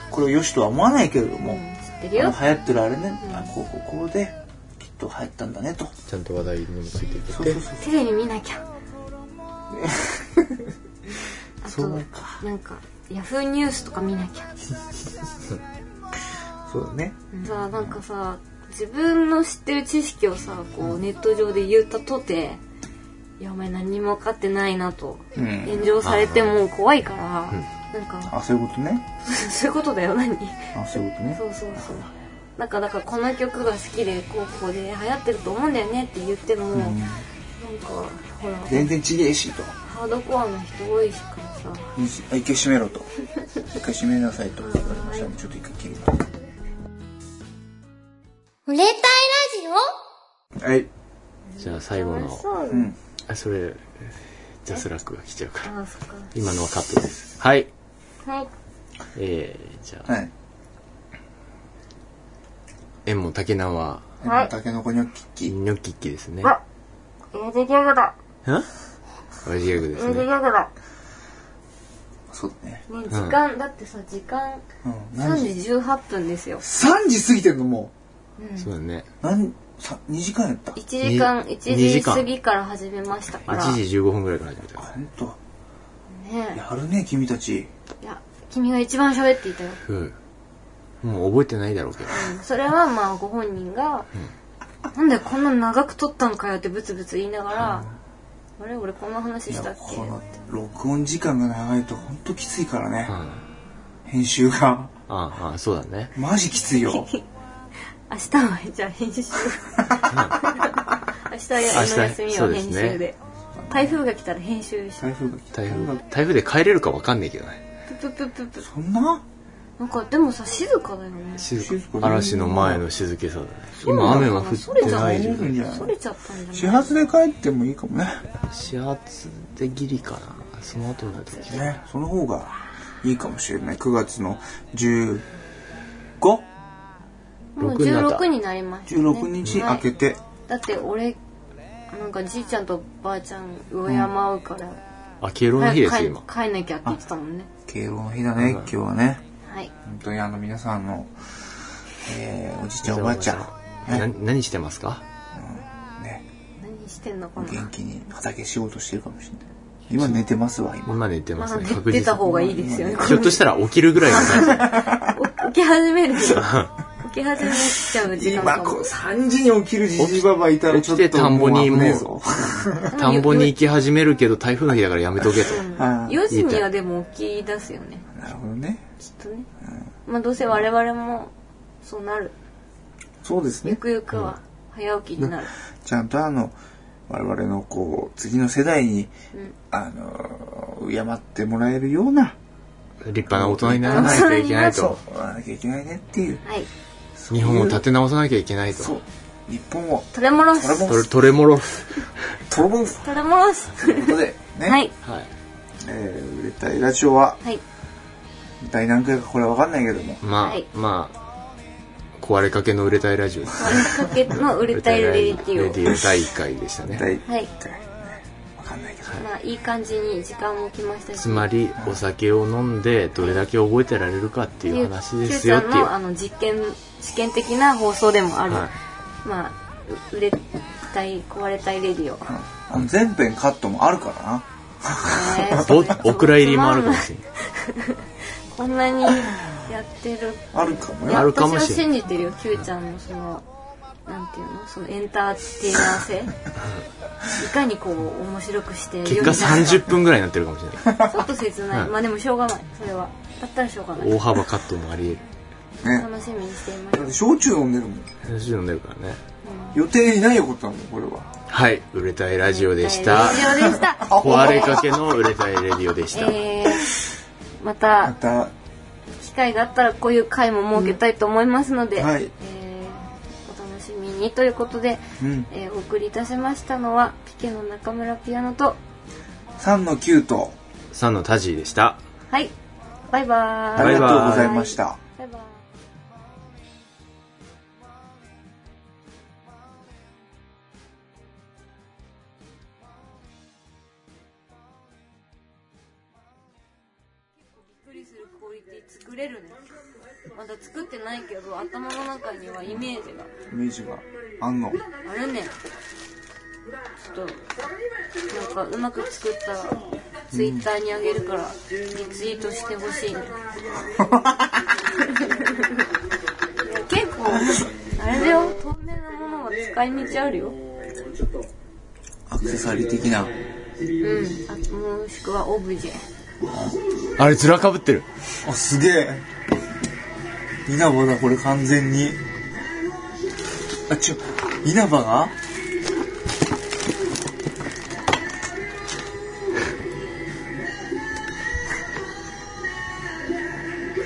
S4: これを良しとは思わないけれども、
S3: ん知ってる
S4: あの
S3: よ
S4: 流行ってるあれね、あこうこうこうできっと流行ったんだねと
S2: ちゃんと話題にもついてい
S4: そ
S2: け
S4: う
S2: て
S4: そうそう
S3: テレビ見な
S4: *laughs*
S3: きゃあと
S4: そうか
S3: なんかヤフーニュースとか見なきゃ
S4: そうだね
S3: さあなんかさ自分の知ってる知識をさこうネット上で言ったとて「いやお前何にも分かってないな」と
S4: うん
S3: 炎上されても怖いから、なんか
S4: あそういうことね
S3: *laughs* そういうことだよ何
S4: あそういうことね
S3: そうそうそうなんかだからこの曲が好きでこうこうで流行ってると思うんだよねって言っても、なんかほら
S4: 全然ちげえしと
S3: ハードコアな人多いしからさ
S4: 水あ一回閉め *laughs* ろと一回閉めなさいと言われましたねちょっと一回切ると
S1: 売れたいラジオ
S4: はい
S2: じゃあ最後
S3: 楽
S2: の
S3: しそうだ
S4: う
S3: ね
S4: ん
S2: あそれジャスラックが来ちゃうから
S3: あそっか
S2: 今のはカットですはい
S3: はい
S2: えー、じゃあ
S4: はい
S2: 縁も竹菜は
S3: はい
S4: タケノコニョッキッキ
S2: ニョッキッキですね
S3: あ親父ギャグだ
S2: ん親父ギャグです
S3: 親父ギ
S2: ね
S3: ャグだ
S4: そうだね
S3: ね、時間、だってさ時間
S4: うん
S3: 3
S4: 何時
S3: 時18分ですよ
S4: 3時過ぎてんのも
S2: そうだね
S4: う何さ2時間やった
S3: 1時間
S2: に
S3: 1
S2: 二
S3: 時
S2: 時間
S3: 過ぎから始めましたから
S2: 1時15分ぐらいから始めたから
S4: ほんと
S3: ね
S4: やるね君たち
S3: いや君が一番喋っていたよ、
S2: うんもう覚えてないだろうけど
S3: うんそれはまあご本人が、なんでこんな長く撮ったんかよってブツブツ言いながら、あれ俺こんな話
S4: い
S3: した
S4: や
S3: っけ
S4: この録音時間が長いとほんときついからね
S2: うんあ
S4: 編集が
S2: あああそうだね
S4: マジきついよ
S3: 明日はじゃあ編集明日の休み
S2: そう
S3: は
S2: で
S3: 編
S2: す
S3: 集
S2: ね
S3: で台風が来たら編集して
S4: 台風が来た
S2: 台風台風で帰れるかわかんないけどね
S3: プップップップップ
S4: そんな
S3: なんかでもさ静かだよね
S2: 静
S4: 静か
S2: か嵐の前の静けさだね
S3: う
S2: 今
S3: なの
S2: 雨は降ってない
S4: それじゃない
S3: それちゃったん
S4: 始
S3: じゃない
S4: 発で帰ってもいいかもね
S2: 始発でギリかなその後の時
S4: ねその方がいいかもしれない9月の 15?
S3: もう
S2: 六になった
S3: 16になりましたね
S4: 16日
S3: はい
S4: 明けて、
S3: だって俺なんかじいちゃんとばあちゃん上山会うから、
S2: あ敬老の日
S3: 早
S2: ですよ
S3: く
S2: 今
S3: 帰帰んなきゃって言ってたもんね
S4: 敬老の日だね、今日はね
S3: はい
S4: 本当にあの皆さんの、えーおじいちゃんおばあちゃん、
S2: な
S4: ね
S2: 何してますか
S4: ね
S3: 何してんのか
S4: お
S3: な
S4: 元気に畑仕事してるかもしれない今寝てますわ今
S2: 今寝てま
S3: ますあ
S2: ね
S3: 出出た方がいいですよね
S2: ひょっとしたら起きるぐらいの感じ
S3: 起き始めるよ起き始めちゃう時間
S4: 今
S3: か
S4: こ
S3: も
S4: う3時に起きるじじばばいたらちょっ
S2: 起きて
S4: と
S2: 田んぼに
S4: もう危ねえ
S2: も
S4: ぞ
S3: *laughs*
S2: 田んぼに行き始めるけど台風の日だからやめとけと
S4: ああ
S3: 4時にはでも起き出すよね
S4: *laughs* なるほどね。
S3: きっとねまあどうせ我々もそうなる
S4: そうです
S3: ゆ
S4: ね。
S3: くゆくは早起きになる、
S4: ちゃんとあの、我々のこう、次の世代に、あの、敬ってもらえるような、
S2: 立派な大人にならないといけない
S4: そ
S2: と
S4: う、ならなきゃいけないねっていう。
S3: はい
S2: 日本を立て直さなきゃいけない
S4: そ
S2: と
S4: う。日本を、
S3: 取れ戻
S4: トラ
S3: す
S4: ボ
S2: トレ
S4: ン、
S2: トレモロ
S4: トラボン、と
S3: 取れ戻す
S4: いうことで、ね。
S3: はい
S2: はい
S4: えー、売れたいラジオは、
S3: はい
S4: 第何回かこれはわかんないけども、
S2: まあ、
S3: はい
S2: まあ壊れかけの売れたいラジオです
S3: 割りかけの売れたいレデ
S2: レ
S3: ィ
S2: デ
S3: オ
S2: ィオ第1回で
S3: *laughs*
S2: したね
S4: 第
S3: はい
S4: 1回、わかんないけど、
S3: まあいい感じに時間も来ましたし
S2: つまりお酒を飲んでどれだけ覚えてられるかっていう話ですよって
S3: キュ
S2: い
S3: ーちゃん
S2: う
S3: のあの実験試験的な放送でもある、
S2: は
S3: まあう売れたい壊れたいレディオ
S4: あの全編カットもあるからな。
S2: ぼ *laughs* お蔵入りもあるかもしれない
S3: こんなにやってる
S4: あるかも
S3: い
S4: よ。
S2: *laughs*
S3: や
S2: あるかもしれない
S3: 私は信じてるよ Q ちゃんのそのなんていうのそのエンターテイナー
S2: *laughs*
S3: 性いかにこう面白くして
S2: 結果
S3: 世に
S2: 30分ぐらいになってるかもしれない
S3: ちょっと切ない、
S2: はい
S3: まあでもしょうがないそれはだったらしょうがない
S2: 大幅カットもあり
S4: ね。
S3: 楽しみにしていま
S4: だって焼酎飲んでるもん。
S2: 得る飲んでるからね
S4: 予定にないことなんだよ、これは。
S2: はい売れたいラジオでし
S3: す
S2: た
S3: 以上でした
S2: 壊れかけの売れたいレディオでした、
S3: えー、
S4: ま
S3: また
S4: た、
S3: 機会があったらこういう回も設けたいと思いますので、
S4: うんはい
S3: えーお楽しみにということで、
S4: うん
S3: えーお送りいたしましたのはピケの中村ピアノと
S4: 3の9と、
S2: 3のタジーでした
S3: はいバイバーイ
S4: ありがとうございました。
S3: バイバイびっくりするクオリティ作れるねまだ作ってないけど頭の中にはイメージが
S4: イメージがあんの。
S3: あるねちょっとなんかうまく作ったらツイッターにあげるからリツイートして
S4: *laughs*
S3: ほしいねいや結構あれだよ透明なものは使い道あるよ
S4: アクセサリー的な。
S3: うんあもしくはオブジェ
S2: あれ面かぶってる
S4: あ、すげえ。稲葉だ、これ完全に。あ、ちょ、稲葉が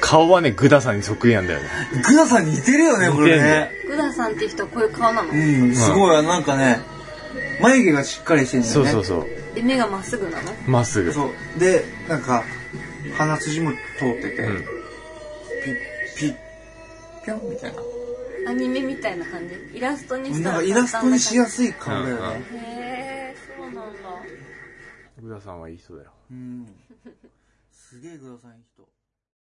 S2: 顔はねグダさんにそっくりなんだよね
S4: グダさんに似てるよね、これね。
S3: 福田さんって人はこういう顔なの
S4: うん、すごい、なんかね、眉毛がしっかりしてるんだよ
S2: そう
S4: ね。
S2: そうそう
S3: で目がまっすぐなの
S2: まっすぐ
S4: そう。で、なんか、鼻筋も通ってて、
S2: うん
S4: ピッ、ピッ、ぴょんみたいな。
S3: アニメみたいな感じイラストにし
S4: な
S3: た
S4: ん
S3: ら
S4: かイラストにしや
S3: す
S4: すい顔だよね。
S3: いへえそうなんだ
S2: グダさんはいい人だよ
S4: うん。すげえグダさんいい人。